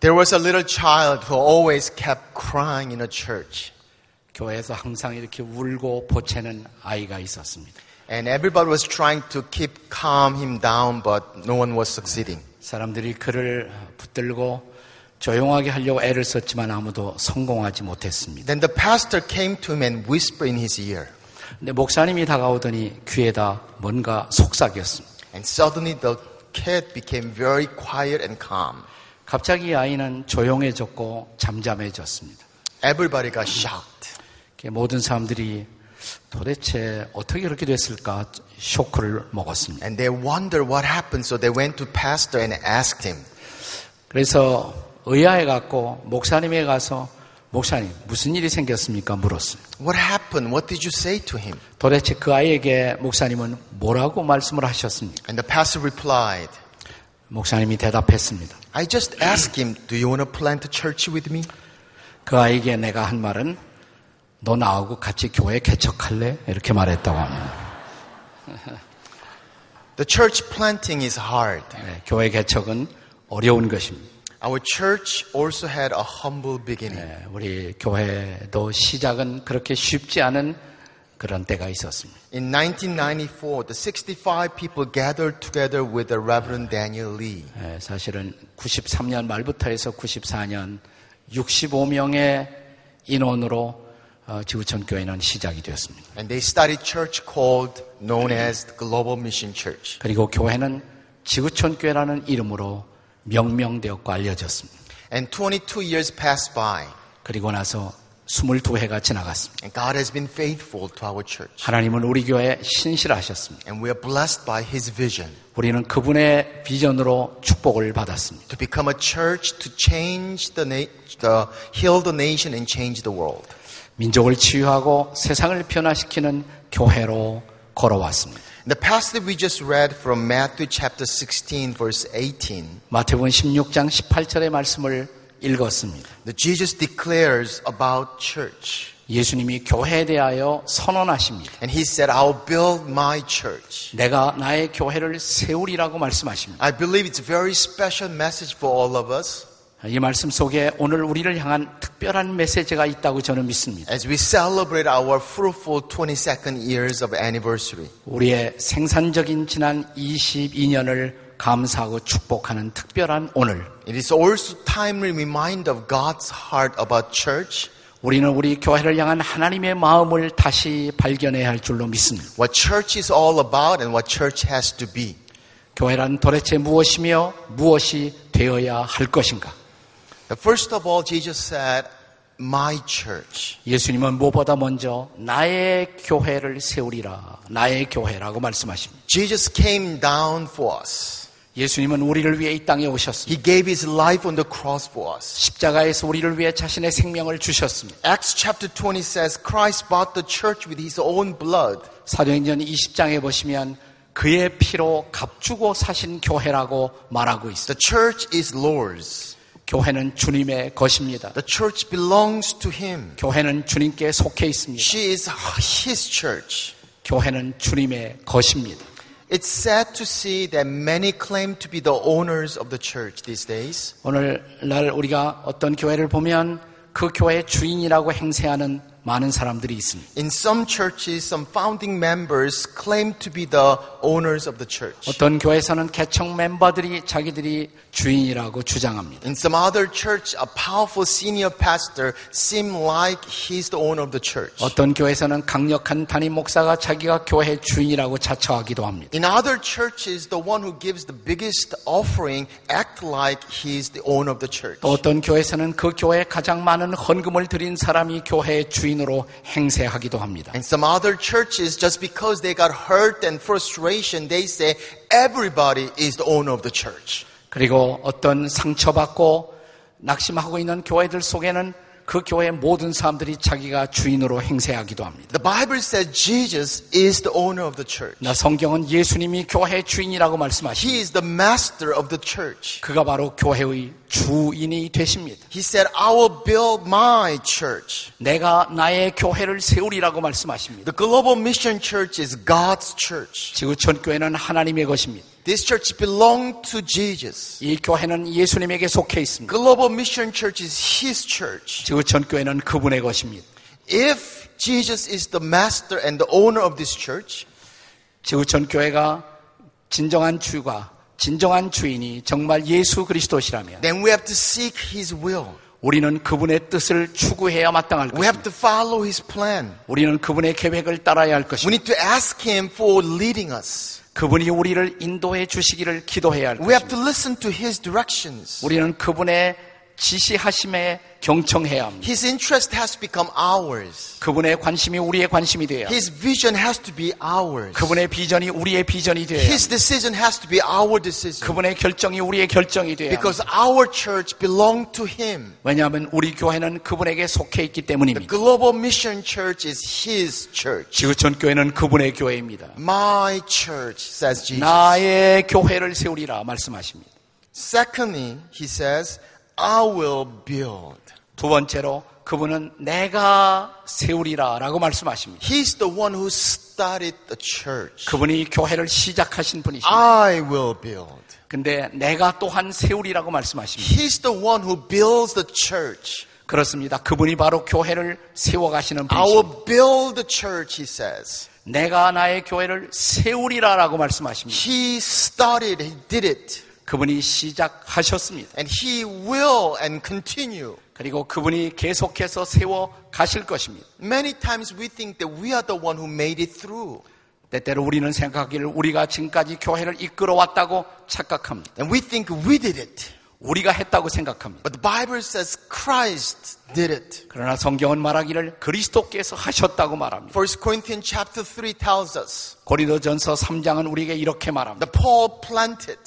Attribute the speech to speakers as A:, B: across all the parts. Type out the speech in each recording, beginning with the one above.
A: There was a little child who always kept crying in a church.
B: 교회에서 항상 이렇게 울고 보채는 아이가 있었습니다.
A: And everybody was trying to keep calm him down, but no one was succeeding.
B: 사람들이 그를 붙들고 조용하게 하려고 애를 썼지만 아무도 성공하지 못했습니다.
A: Then the pastor came to him and whispered in his ear.
B: 근데 목사님이 다가오더니 귀에다 뭔가 속삭였습니다.
A: And suddenly the kid became very quiet and calm.
B: 갑자기 아이는 조용해졌고 잠잠해졌습니다.
A: Everybody got shocked.
B: 이렇게 모든 사람들이 도대체 어떻게 그렇게 됐을까 쇼크를 먹었습니다.
A: And they wondered what happened, so they went to pastor and asked him.
B: 그래서 의아해 갖고 목사님에 가서 목사님 무슨 일이 생겼습니까 물었어요.
A: What happened? What did you say to him?
B: 도대체 그 아이에게 목사님은 뭐라고 말씀을 하셨습니까?
A: And the pastor replied,
B: 목사님이 대답했습니다.
A: I just asked him, Do you want to plant a church with me?
B: 그 아이에게 내가 한 말은 너 나하고 같이 교회 개척할래? 이렇게 말했다고 합니다.
A: The church planting is hard.
B: 네, 교회 개척은 어려운 것입니다.
A: Our church also had a humble beginning.
B: 네, 우리 교회도 시작은 그렇게 쉽지 않은 그런 때가 있었습니다.
A: In 1994, the 65 people gathered together with the Reverend Daniel Lee.
B: 네, 사실은 93년 말부터 해서 94년 65명의 인원으로 어, 지구촌 교회는 시작이 되었습니다.
A: And they started church called, known as the Global Mission Church.
B: 그리고 교회는 지구촌 교회라는 이름으로 명명되었고 알려졌습니다.
A: And 22 years passed by,
B: 그리고 나서 22회가 지나갔습니다.
A: and God has been faithful to our church.
B: 하나님은 우리 교회에 신실하셨습니다.
A: And we are blessed by His vision
B: 우리는 그분의 비전으로 축복을 받았습니다.
A: to become a church to change the, na- the heal the nation and change the world.
B: 민족을 치유하고 세상을 변화시키는 교회로 걸어왔습니다.
A: The passage we just read from Matthew chapter 16, verse 18,
B: 마태복음 16장 18절의 말씀을 읽었습니다.
A: the Jesus declares about church.
B: 예수님이 교회에 대하여 선언하십니다.
A: And he said, I'll build my church.
B: 내가 나의 교회를 세우리라고 말씀하십니다.
A: I believe it's a very special message for all of us
B: 이 말씀 속에 오늘 우리를 향한 특별한 메시지가 있다고 저는 믿습니다.
A: as we celebrate our fruitful 22nd years of anniversary.
B: 우리의 생산적인 지난 22년을 감사하고 축복하는 특별한 오늘.
A: It is also timely reminder of God's heart about church,
B: 우리는 우리 교회를 향한 하나님의 마음을 다시 발견해야 할 줄로 믿습니다.
A: what church is all about and what church has to be.
B: 교회란 도대체 무엇이며 무엇이 되어야 할 것인가?
A: Now, First of all, Jesus said, my church.
B: 예수님은 무엇보다 먼저 나의 교회를 세우리라. 나의 교회라고 말씀하십니다.
A: Jesus came down for us.
B: 예수님은 우리를 위해 이 땅에 오셨습니다.
A: He gave his life on the cross for us.
B: 십자가에서 우리를 위해 자신의 생명을 주셨습니다.
A: Acts chapter 20 says, Christ bought the church with his own blood.
B: 사도행전 20장에 보시면 그의 피로 값주고 사신 교회라고 말하고 있습니다.
A: The church is Lord's.
B: 교회는 주님의 것입니다.
A: The church belongs to him.
B: 교회는 주님께 속해 있습니다.
A: She is his church.
B: 교회는 주님의 것입니다.
A: It's sad to see that many claim to be the owners of the church these days.
B: 오늘날 우리가 어떤 교회를 보면 그 교회의 주인이라고 행세하는 많은 사람들이 있습니다.
A: In some churches, some founding members claim to be the owners of the church.
B: 어떤 교회에서는 개척 멤버들이 자기들이 주인이라고 주장합니다.
A: In some other church, a powerful senior pastor seems like he's the owner of the church.
B: 어떤 교회에서는 강력한 담임 목사가 자기가 교회의 주인이라고 자처하기도 합니다.
A: In other churches, the one who gives the biggest offering act like he's the owner of the church.
B: 또 어떤 교회에서는 그 교회에 가장 많은 헌금을 드린 사람이 교회의 주인으로 행세하기도 합니다.
A: And some other churches, just because they got hurt and frustration, they say everybody is the owner of the church.
B: 그리고 어떤 상처받고 낙심하고 있는 교회들 속에는 그 교회의 모든 사람들이 자기가 주인으로 행세하기도 합니다.
A: The Bible says Jesus is the owner of the church.
B: 나 성경은 예수님이 교회의 주인이라고 말씀하십니다.
A: He is the master of the church.
B: 그가 바로 교회의 주인이 되십니다.
A: He said, I will build my church.
B: 내가 나의 교회를 세우리라고 말씀하십니다.
A: The Global Mission Church is God's church.
B: 지구촌 교회는 하나님의 것입니다.
A: This church belongs to Jesus.
B: 이 교회는 예수님에게 속해 있습니다.
A: Global Mission Church is His church.
B: 지구촌 교회는 그분의 것입니다.
A: If Jesus is the master and the owner of this church,
B: 지구촌 교회가 진정한 주가 진정한 주인이 정말 예수 그리스도시라면
A: then we have to seek His will.
B: 우리는 그분의 뜻을 추구해야 마땅할
A: We have
B: 것입니다.
A: to follow His plan.
B: 우리는 그분의 계획을 따라야 할
A: We
B: 것입니다.
A: need to ask Him for leading us.
B: 그분이 우리를 인도해 주시기를 기도해야 할
A: We have to
B: 것입니다.
A: listen to His directions.
B: 우리는 그분의 지시하심에 경청해야 합니다.
A: His interest has to become ours.
B: 그분의 관심이 우리의 관심이 돼야 합니다.
A: His vision has to be ours.
B: 그분의 비전이 우리의 비전이 돼야 합니다.
A: His decision has to be our decision.
B: 그분의 결정이 우리의 결정이 돼야 합니다.
A: Because our church belongs to Him.
B: 왜냐하면 우리 교회는 그분에게 속해 있기 때문입니다.
A: Global Mission Church is His church.
B: 지구촌 교회는 그분의 교회입니다.
A: My church, says Jesus.
B: 나의 교회를 세우리라 말씀하십니다.
A: Secondly, He says, I will build.
B: 두 번째로 그분은 내가 세우리라라고 말씀하십니다.
A: He's the one who started the church.
B: 그분이 교회를 시작하신 분이십니다.
A: I will build.
B: 근데 내가 또한 세우리라고 말씀하십니다.
A: He's the one who builds the church.
B: 그렇습니다. 그분이 바로 교회를 세워가시는
A: I will
B: 분이십니다.
A: build the church, he says.
B: 내가 나의 교회를 세우리라라고 말씀하십니다.
A: He started, he did it,
B: 그분이 시작하셨습니다.
A: and he will and continue.
B: 그리고 그분이 계속해서 세워 가실 것입니다.
A: Many times we think that we are the one who made it through.
B: 때때로 우리는 생각하기를 우리가 지금까지 교회를 이끌어 왔다고 착각합니다.
A: And we think we did it.
B: 우리가 했다고 생각합니다.
A: But the Bible says Christ did it.
B: 그러나 성경은 말하기를 그리스도께서 하셨다고 말합니다.
A: 1 Corinthians chapter 3 tells us
B: 고린도전서 3장은 우리에게 이렇게 말합니다.
A: that Paul planted,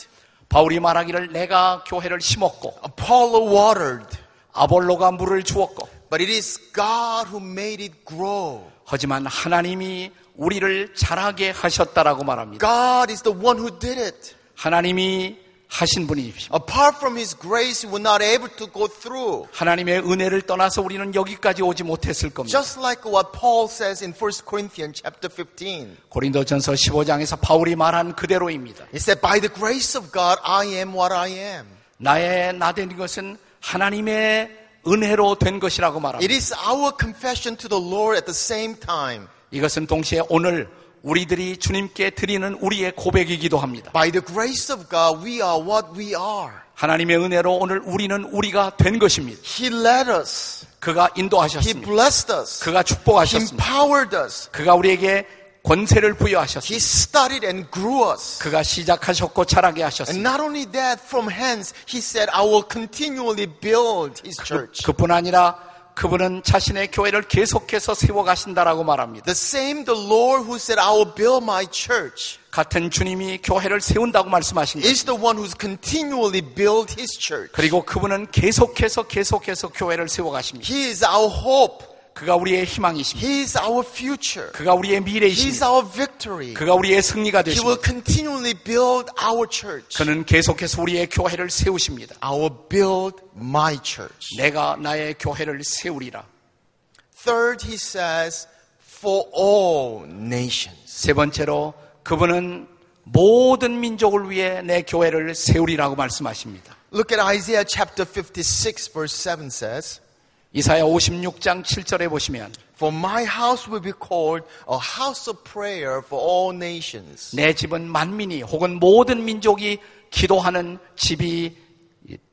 B: 바울이 말하기를 내가 교회를 심었고
A: Apollo watered,
B: 아볼로가 물을 주었고
A: but it is God who made it grow.
B: 하지만 하나님이 우리를 자라게 하셨다라고 말합니다.
A: God is the one who did it.
B: 하나님이 하신 분이십니다.
A: Apart from His grace, we were not able to go through.
B: 하나님의 은혜를 떠나서 우리는 여기까지 오지 못했을 겁니다.
A: Just like what Paul says in 1 Corinthians chapter 15.
B: 고린도전서 15장에서 바울이 말한 그대로입니다.
A: He said, By the grace of God, I am what I am.
B: 나의 나된 것은 하나님의 은혜로 된 것이라고
A: It
B: 말합니다.
A: is our confession to the Lord at the same time.
B: 이것은 동시에 오늘 우리들이 주님께 드리는 우리의 고백이기도 합니다.
A: By the grace of God, we are what we are.
B: 하나님의 은혜로 오늘 우리는 우리가 된 것입니다.
A: He led us.
B: 그가
A: He
B: 인도하셨습니다.
A: blessed us.
B: 그가
A: He
B: 축복하셨습니다.
A: empowered us.
B: 그가 우리에게 권세를 부여하셨습니다.
A: He studied and grew us.
B: 그가 시작하셨고 자라게
A: And
B: 하셨습니다.
A: not only that, from hence, he said, I will continually build his church.
B: 그뿐 아니라 그분은 자신의 교회를 계속해서 세워가신다라고 말합니다.
A: The same the Lord who said, I will build my church
B: 같은 주님이 교회를 세운다고 말씀하신 것입니다.
A: is the one who's continually build his church.
B: 그리고 그분은 계속해서 계속해서 교회를 세워가십니다.
A: He is our hope.
B: 그가 우리의 희망이십니다.
A: He is our future.
B: 그가 우리의
A: He is
B: 미래이십니다.
A: our victory.
B: 그가 우리의 승리가
A: He will
B: 되십니다.
A: continually build our church.
B: 그는 계속해서 우리의 교회를 세우십니다.
A: I will build my church.
B: 내가 나의 교회를 세우리라.
A: Third, he says, for all nations.
B: 세 번째로 그분은 모든 민족을 위해 내 교회를 세우리라고 말씀하십니다.
A: Look at Isaiah chapter 56 verse 7 says,
B: 이사야 56장 7절에 보시면
A: For my house will be called a house of prayer for all nations.
B: 내 집은 만민이 혹은 모든 민족이 기도하는 집이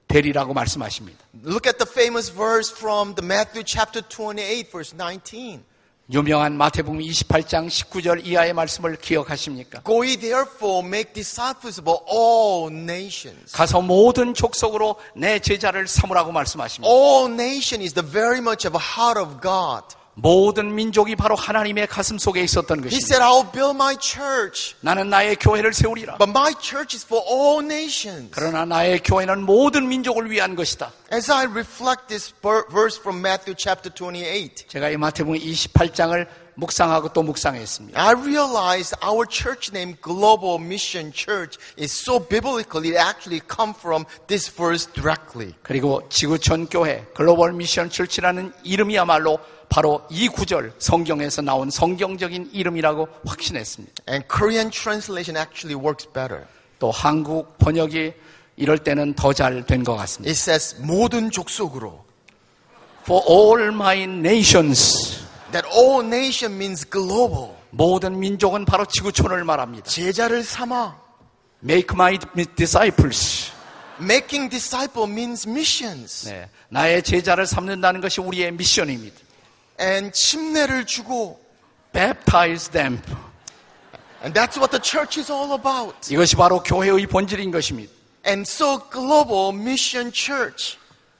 B: 되리라고 말씀하십니다.
A: Look at the famous verse from the Matthew chapter 28 verse 19.
B: 유명한 마태복음 28장 19절 이하의 말씀을 기억하십니까?
A: Go ye therefore make disciples of all nations.
B: 가서 모든 족속으로 내 제자를 삼으라고 말씀하십니다.
A: All nation is the very much of a heart of God.
B: 모든 민족이 바로 하나님의 가슴 속에 있었던
A: He
B: 것입니다.
A: said, I'll build my church.
B: 나는 나의 교회를 세우리라.
A: But my church is for all nations.
B: 그러나 나의 교회는 모든 민족을 위한 것이다.
A: As I reflect this ver- verse from Matthew chapter 28,
B: 제가 이 마태복음 28장을 묵상하고 또 묵상했습니다.
A: I realized our church name, Global Mission Church, is so biblical. It actually comes from this verse directly.
B: 그리고 지구촌 교회 글로벌 미션 출치라는 이름이야말로 바로 이 구절 성경에서 나온 성경적인 이름이라고 확신했습니다.
A: And Korean translation actually works better.
B: 또 한국 번역이 이럴 때는 더 잘 된 것 같습니다.
A: It says, 모든 족속으로.
B: For all my nations
A: That all nation means global.
B: 모든 민족은 바로 지구촌을 말합니다.
A: 제자를 삼아.
B: Make my disciples
A: Making disciple means missions.
B: 네, 나의 제자를 삼는다는 것이 우리의 미션입니다.
A: And 침례를 주고.
B: Baptize them
A: And that's what the church is all about.
B: 이것이 바로 교회의 본질인 것입니다.
A: And so Global Mission Church,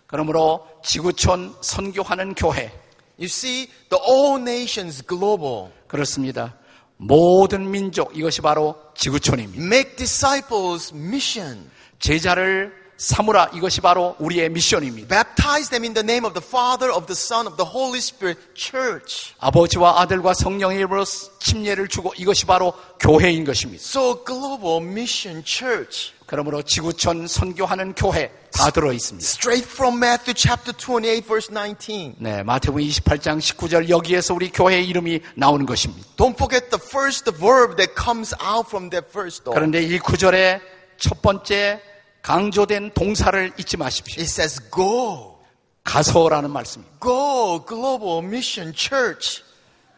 B: 그러므로 지구촌 선교하는 교회
A: you see, the all nations global.
B: 그렇습니다. 모든 민족 이것이 바로 지구촌입니다.
A: Make disciples mission.
B: 제자를 삼으라 이것이 바로 우리의 미션입니다.
A: Baptize them in the name of the Father, of the Son, of the Holy Spirit, church.
B: 아버지와 아들과 성령의 이름으로 침례를 주고 이것이 바로 교회인 것입니다.
A: So global mission church.
B: 그러므로 지구촌 선교하는 교회 다 들어 있습니다.
A: Straight from Matthew chapter 28 verse 19.
B: 네, 마태복음 28장 19절 여기에서 우리 교회의 이름이 나오는 것입니다.
A: Don't forget the first verb that comes out from that verse though.
B: 그런데 이 구절에 첫 번째 강조된 동사를 잊지 마십시오.
A: It says go.
B: 가서라는 말씀입니다.
A: Go global mission church.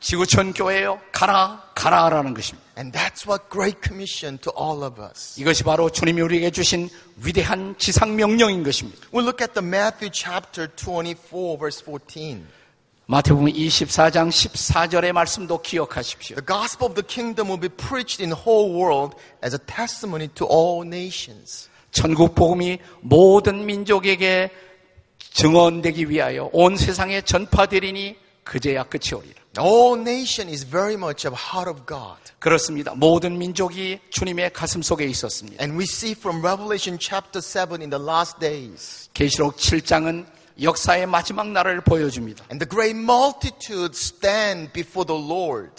B: 지구촌 교회요. 가라, 가라라는 것입니다.
A: And that's what great commission to all of us.
B: 이것이 바로 주님이 우리에게 주신 위대한 지상 명령인 것입니다.
A: We'll look at the Matthew chapter 24 verse 14.
B: 마태복음 24장 14절의 말씀도 기억하십시오.
A: The gospel of the kingdom will be preached in the whole world as a testimony to all nations.
B: 천국 복음이 모든 민족에게 증언되기 위하여 온 세상에 전파되리니 그제야 끝이 오리라.
A: All nation is very much a heart of God.
B: 그렇습니다. 모든 민족이 주님의 가슴 속에 있었습니다.
A: And we see from Revelation chapter 7 in the last days.
B: 계시록 7장은 역사의 마지막 날을 보여줍니다.
A: And the great multitude stand before the Lord.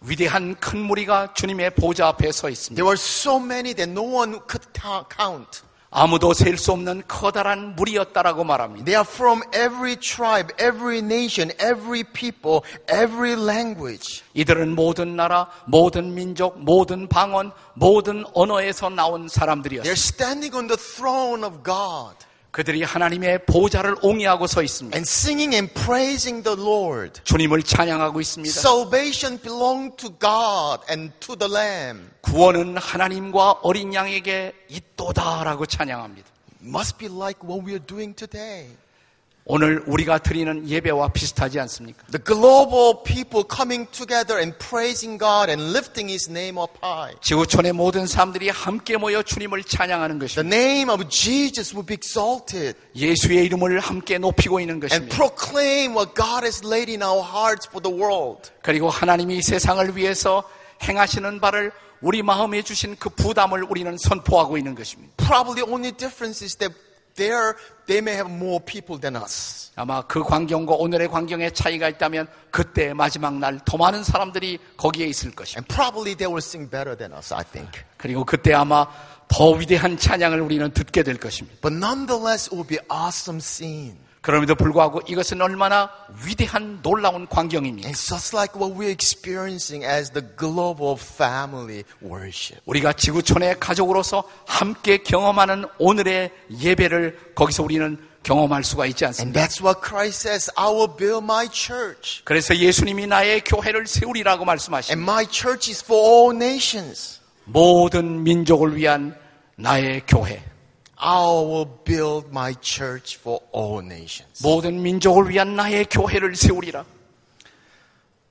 B: 위대한 큰 무리가 주님의 보좌 앞에 서 있습니다.
A: There were so many that no one could ta- count.
B: 아무도 셀 수 없는 커다란 무리였다라고 말합니다.
A: They are from every tribe, every nation, every people, every language.
B: 이들은 모든 나라, 모든 민족, 모든 방언, 모든 언어에서 나온
A: They're
B: 사람들이었습니다.
A: standing on the throne of God
B: 그들이 하나님의 보좌를 옹이하고 서 있습니다.
A: and singing and praising the Lord.
B: 주님을 찬양하고 있습니다.
A: Salvation belongs to God and to the Lamb.
B: 구원은 하나님과 어린 양에게 있도다라고 찬양합니다.
A: Must be like what we are doing today.
B: 오늘 우리가 드리는 예배와 비슷하지 않습니까?
A: The global people coming together and praising God and lifting His name up high.
B: 지구촌의 모든 사람들이 함께 모여 주님을 찬양하는
A: The
B: 것입니다.
A: name of Jesus will be exalted
B: 예수의 이름을 함께 높이고 있는
A: and
B: 것입니다.
A: proclaim what God has laid in our hearts for the world.
B: 그리고 하나님이 이 세상을 위해서 행하시는 바를 우리 마음에 주신 그 부담을 우리는 선포하고 있는 것입니다.
A: Probably the only difference is that there they may have more people than us.
B: 아마 그 광경과 오늘의 광경의 차이가 있다면 그때 마지막 날 더 많은 사람들이 거기에 있을 것입니다.
A: And probably they will sing better than us, I think.
B: 그리고 그때 아마 더 위대한 찬양을 우리는 듣게 될 것입니다.
A: But nonetheless, it will be awesome scene.
B: 그럼에도 불구하고 이것은 얼마나 위대한 놀라운 광경입니까?
A: It's just like what we're experiencing as the global family worship.
B: 우리가 지구촌의 가족으로서 함께 경험하는 오늘의 예배를 거기서 우리는 경험할 수가 있지
A: And
B: 않습니까?
A: that's what Christ says, I will build my church.
B: 그래서 예수님이 나의 교회를 세우리라고 말씀하십니다.
A: And my church is for all nations.
B: 모든 민족을 위한 나의 교회.
A: I will build my church for all nations.
B: 모든 민족을 위한 나의 교회를 세우리라.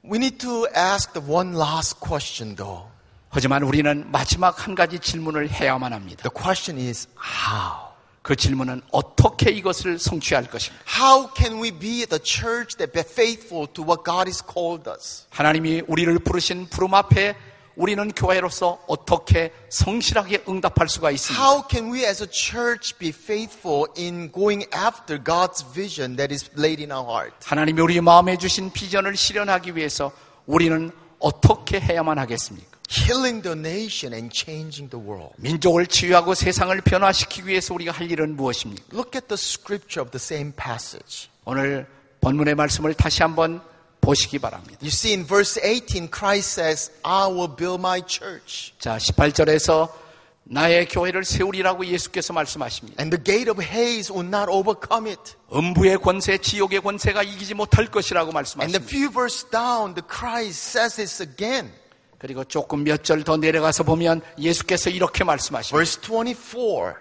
A: We need to ask the one last question though.
B: 하지만 우리는 마지막 한 가지 질문을 해야만 합니다.
A: The question is, how?
B: 그 질문은 어떻게 이것을 성취할 것인가?
A: How can we be the church that be faithful to what God has called us?
B: 하나님이 우리를 부르신 부름 앞에 우리는 교회로서 어떻게 성실하게 응답할 수가 있습니다.
A: How can we as a church be faithful in going after God's vision that is laid in our heart?
B: 하나님이 우리 마음에 주신 비전을 실현하기 위해서 우리는 어떻게 해야만 하겠습니까?
A: Healing the nation and changing the world.
B: 민족을 치유하고 세상을 변화시키기 위해서 우리가 할 일은 무엇입니까?
A: Look at the scripture of the same passage.
B: 오늘 본문의 말씀을 다시 한번 보시기 바랍니다.
A: You see, in verse 18, Christ says, I will build my church,
B: 자, 18절에서 나의 교회를 세우리라고 예수께서 말씀하십니다.
A: and the gate of Hades will not overcome it.
B: 음부의 권세, 지옥의 권세가 이기지 못할 것이라고
A: And a
B: 말씀하십니다.
A: few verses down, the Christ says this again.
B: 그리고 조금 몇 절 더 내려가서 보면 예수께서 이렇게 말씀하십니다.
A: Verse 24.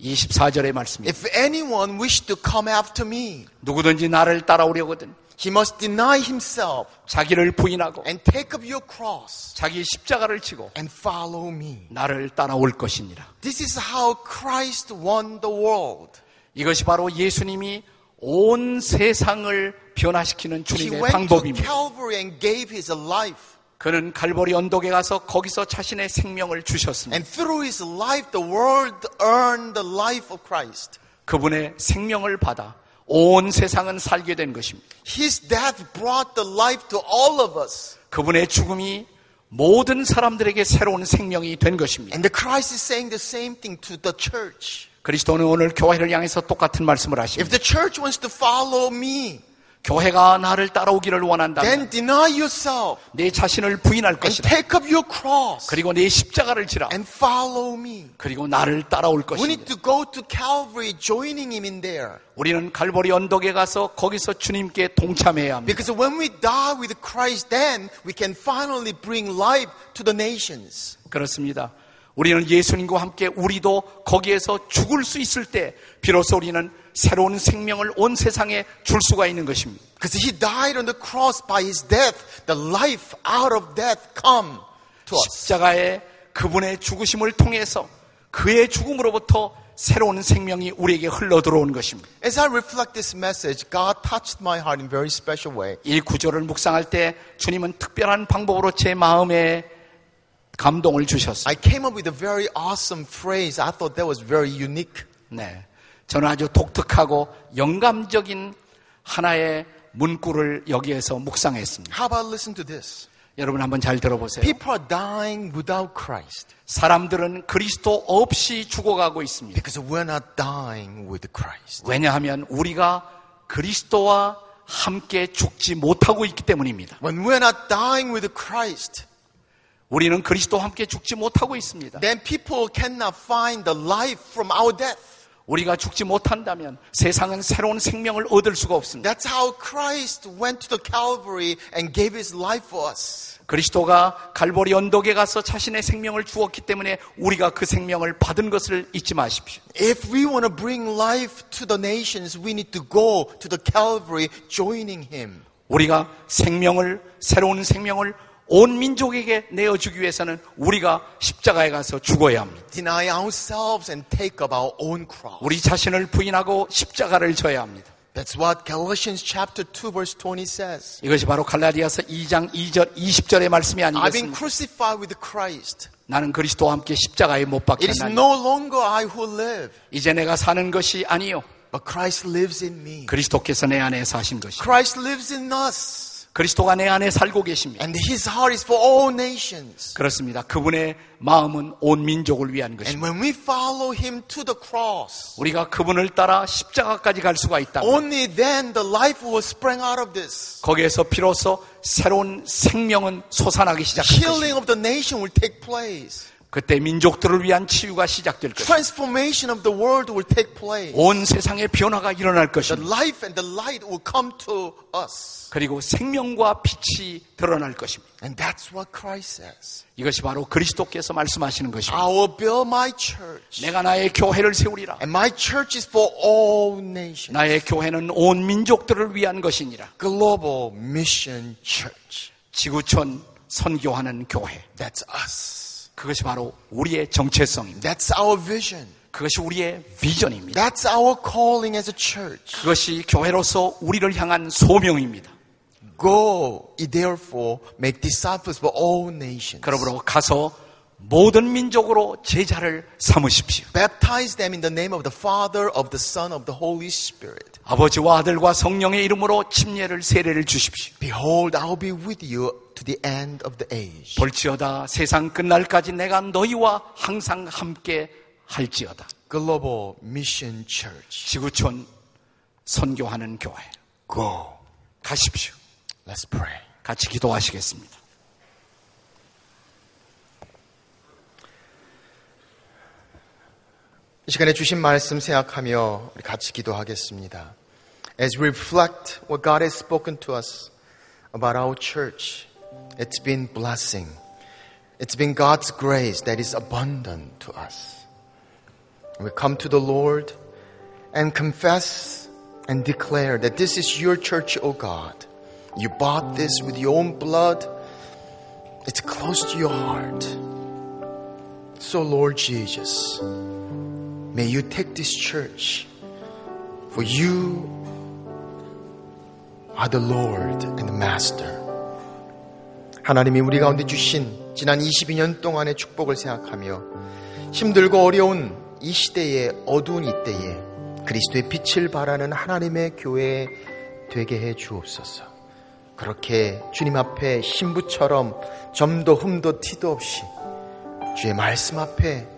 B: 24절의 말씀입니다.
A: If anyone wish to come after me,
B: 누구든지 나를 따라오려거든
A: he must deny himself
B: 자기를 부인하고
A: and take up your cross
B: 자기 십자가를 치고
A: and follow me.
B: 나를 따라올 것이니라.
A: This is how Christ won the world.
B: 이것이 바로 예수님이 온 세상을 변화시키는
A: He
B: 주님의
A: went to
B: 방법입니다.
A: Calvary and gave his life.
B: 그는 갈보리 언덕에 가서 거기서 자신의 생명을 주셨습니다.
A: And through his life, the world earned the life of Christ.
B: 그분의 생명을 받아 온 세상은 살게 된 것입니다.
A: His death brought the life to all of us.
B: 그분의 죽음이 모든 사람들에게 새로운 생명이 된 것입니다.
A: And the Christ is saying the same thing to the church.
B: 그리스도는 오늘 교회를 향해서 똑같은 말씀을
A: If
B: 하십니다.
A: the church wants to follow me,
B: 교회가 나를 따라오기를
A: then
B: 원한다면
A: deny yourself
B: 내 자신을 부인할
A: and
B: 것이다.
A: take up your cross
B: 그리고 내 십자가를 지라.
A: and follow me.
B: 그리고 나를 따라올
A: We
B: 것이다.
A: need to go to Calvary, joining him in there.
B: 우리는 갈보리 언덕에 가서 거기서 주님께 동참해야 합니다.
A: Because when we die with Christ, then we can finally bring life to the nations.
B: 그렇습니다. 우리는 예수님과 함께 우리도 거기에서 죽을 수 있을 때 비로소 우리는 새로운 생명을 온 세상에 줄 수가 있는 것입니다.
A: Because he died on the cross by his death, the life out of death come to us.
B: 십자가의 그분의 죽으심을 통해서 그의 죽음으로부터 새로운 생명이 우리에게 흘러 들어온 것입니다.
A: As I reflect this message, God touched my heart in a very special way.
B: 이 구절을 묵상할 때 주님은 특별한 방법으로 제 마음에 감동을 주셨어요.
A: I came up with a very awesome phrase. I thought that was very unique.
B: 네. 저는 아주 독특하고 영감적인 하나의 문구를 여기에서 묵상했습니다.
A: How about listen to this?
B: 여러분 한번 잘 들어보세요.
A: People are dying without Christ
B: 사람들은 그리스도 없이 죽어가고 있습니다.
A: because we're not dying with Christ.
B: 왜냐하면 우리가 그리스도와 함께 죽지 못하고 있기 때문입니다.
A: When we're not dying with Christ,
B: 우리는 그리스도와 함께 죽지 못하고 있습니다.
A: then people cannot find the life from our death.
B: 우리가 죽지 못한다면 세상은 새로운 생명을 얻을 수가 없습니다.
A: That's how Christ went to the Calvary and gave his life for us.
B: 그리스도가 갈보리 언덕에 가서 자신의 생명을 주었기 때문에 우리가 그 생명을 받은 것을 잊지 마십시오.
A: If we want to bring life to the nations, we need to go to the Calvary joining him.
B: 우리가 생명을 새로운 생명을 온 민족에게 내어주기 위해서는 우리가 십자가에 가서 죽어야 합니다.
A: Deny ourselves and take up our own cross.
B: 우리 자신을 부인하고 십자가를 져야 합니다.
A: That's what Galatians chapter 2 verse 20 says.
B: 이것이 바로 갈라디아서 2장 2절 20절의 말씀이
A: I've been
B: 아니겠습니까?
A: crucified with Christ.
B: 나는 그리스도와 함께 십자가에 못
A: It is
B: 박혔나니
A: no longer I who live,
B: 이제 내가 사는 것이 아니요
A: but Christ lives in me.
B: 그리스도께서 내 안에 사신 것이
A: Christ lives in us.
B: 그리스도가 내 안에 살고 계십니다.
A: And his heart is for all nations.
B: 그렇습니다. 그분의 마음은 온 민족을 위한
A: And
B: 것입니다.
A: when we follow him to the cross,
B: 우리가 그분을 따라 십자가까지 갈 수가 있다.
A: only then the life will spring out of this.
B: 거기에서 비로소 새로운 생명은 솟아나기 시작할 것입니다.
A: Healing of the nation will take place.
B: 그때 민족들을 위한 치유가 시작될 것입니다.
A: Transformation of the world will take place.
B: 온 세상의 변화가 일어날
A: The
B: 것입니다.
A: life and the light will come to us.
B: 그리고 생명과 빛이 드러날 것입니다.
A: And that's what Christ says.
B: 이것이 바로 그리스도께서 말씀하시는 것입니다.
A: I will build my church.
B: 내가 나의 교회를 세우리라.
A: And my church is for all nations.
B: 나의 교회는 온 민족들을 위한 것이니라.
A: Global mission church.
B: 지구촌 선교하는 교회.
A: That's us.
B: 그것이 바로 우리의 정체성입니다.
A: That's our vision.
B: 그것이 우리의 비전입니다.
A: That's our calling as a church.
B: 그것이 교회로서 우리를 향한 소명입니다.
A: Go, ye therefore, make disciples for all nations.
B: 그러므로 가서 모든 민족으로 제자를 삼으십시오.
A: Baptize them in the name of the Father, of the Son, of the Holy Spirit.
B: 아버지와 아들과 성령의 이름으로 침례를 세례를 주십시오.
A: Behold, I will be with you to the end of the age.
B: 볼지어다 세상 끝날까지 내가 너희와 항상 함께 할지어다.
A: Global Mission Church.
B: 지구촌 선교하는 교회
A: Go.
B: 가십시오.
A: Let's pray.
B: 같이 기도하시겠습니다.
A: 이 시간에 주신 말씀 생각하며 우리 같이 기도하겠습니다. As we reflect what God has spoken to us about our church, it's been blessing. It's been God's grace that is abundant to us. We come to the Lord and confess and declare that this is your church, O God. You bought this with your own blood. It's close to your heart. So, Lord Jesus, May you take this church, for you are the Lord and the Master. 하나님이 우리 가운데 주신 지난 22년 동안의 축복을 생각하며 힘들고 어려운 이 시대의 어두운 이때에 그리스도의 빛을 바라는 하나님의 교회 되게 해 주옵소서. 그렇게 주님 앞에 신부처럼 점도 흠도 티도 없이 주의 말씀 앞에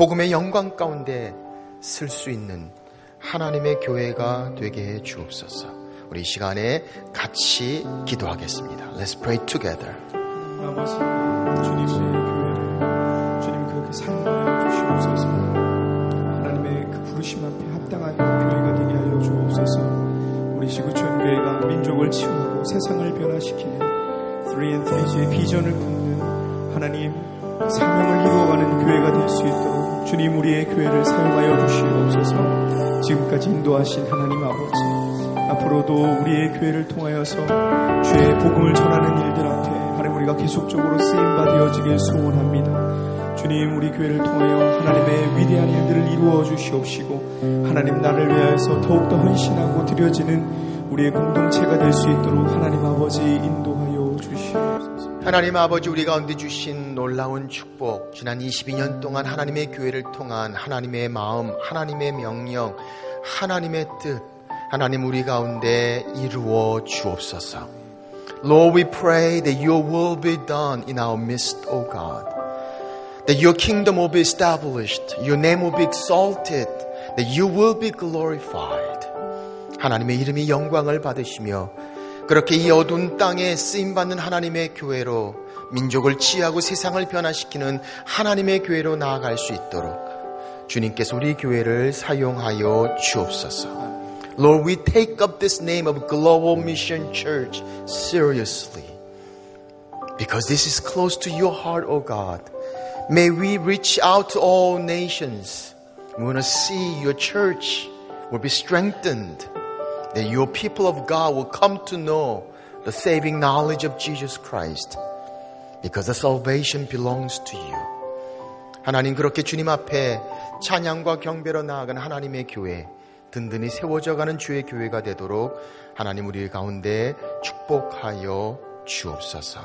A: 복음의 영광 가운데 쓸 수 있는 하나님의 교회가 되게 해 주옵소서. 우리 이 시간에 같이 기도하겠습니다. Let's pray together.
C: 아버지 주님의 교회를 주님 그렇게 사용하여 주시옵소서 하나님의 그 부르심 앞에 합당한 교회가 되게 하여 주옵소서 우리 시구촌 교회가 민족을 치유하고 세상을 변화시키는 3&3G의 비전을 품는 하나님 그 사명을 이루어가는 교회가 될 수 있도록 주님 우리의 교회를 사용하여 주시옵소서 지금까지 인도하신 하나님 아버지 앞으로도 우리의 교회를 통하여서 주의 복음을 전하는 일들 앞에 하나님 우리가 계속적으로 쓰임바 되어지길 소원합니다. 주님 우리 교회를 통하여 하나님의 위대한 일들을 이루어 주시옵시고 하나님 나를 위하여서 더욱더 헌신하고 드려지는 우리의 공동체가 될 수 있도록 하나님 아버지 인도하여 주시옵소서.
A: 하나님 아버지 우리 가운데 주신 놀라운 축복 지난 22년 동안 하나님의 교회를 통한 하나님의 마음 하나님의 명령 하나님의 뜻 하나님 우리 가운데 이루어 주옵소서 Lord we pray that your will be done in our midst O God that your kingdom will be established your name will be exalted that you will be glorified 하나님의 이름이 영광을 받으시며 그렇게 이 어두운 땅에 쓰임 받는 하나님의 교회로 민족을 치유하고 세상을 변화시키는 하나님의 교회로 나아갈 수 있도록 주님께서 우리 교회를 사용하여 주옵소서. Lord, we take up this name of Global Mission Church seriously. Because this is close to your heart, O God. May we reach out to all nations. We want to see your church will be strengthened, that your people of God will come to know the saving knowledge of Jesus Christ, because the salvation belongs to you. 하나님 그렇게 주님 앞에 찬양과 경배로 나아가는 하나님의 교회 든든히 세워져가는 주의 교회가 되도록 하나님 우리 가운데 축복하여 주옵소서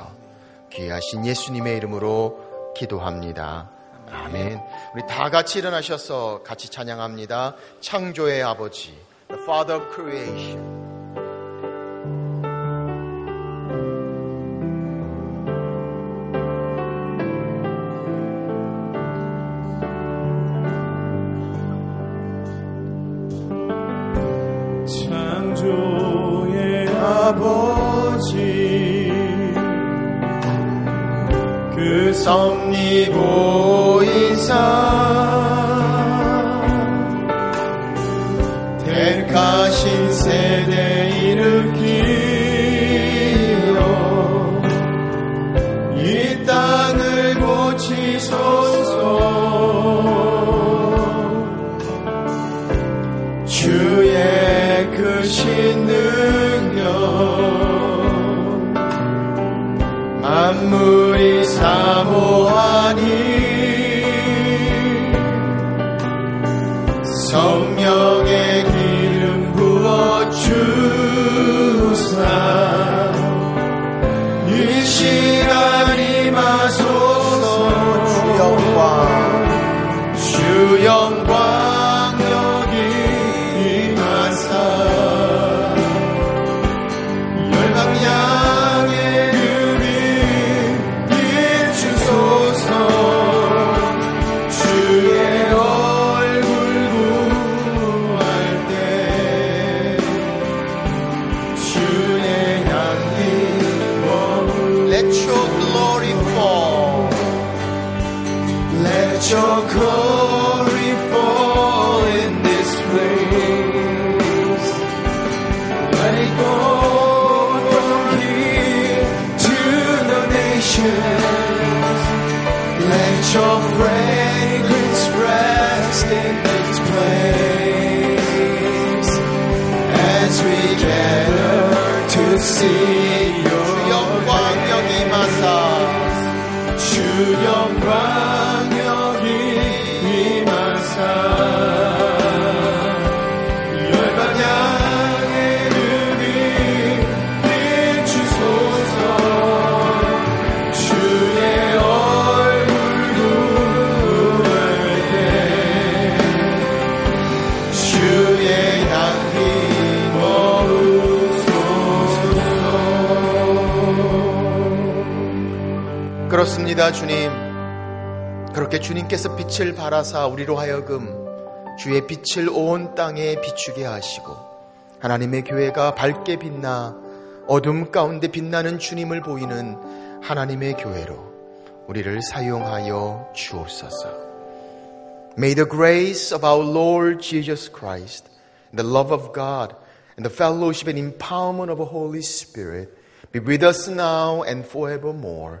A: 귀하신 예수님의 이름으로 기도합니다 아멘 우리 다 같이 일어나셔서 같이 찬양합니다 창조의 아버지 The Father of Creation
C: 창조의 아버지 그 섭리 보이사 택하신 세대 일으키여 이 땅을 고치소서 주의 크신 능력 만물이 사모하니 성령의 기름 부어주사 이 시간이 마소서
A: 주여
B: Let your glory fall in this place. Let it go from here to the nations. Let your fragrance rest in this place. As we gather to see your
A: 영광 여기마사
B: 주 영광 여기 임하사 열방 향의 눈이 비추소서 주의 얼굴 구할 때 주의 향기 머무소서
A: 그렇습니다 주님 그렇게 주님께서 빛을 발하사 우리로 하여금 주의 빛을 온 땅에 비추게 하시고 하나님의 교회가 밝게 빛나 어둠 가운데 빛나는 주님을 보이는 하나님의 교회로 우리를 사용하여 주옵소서. May the grace of our Lord Jesus Christ, the love of God, and the fellowship and empowerment of the Holy Spirit be with us now and forevermore.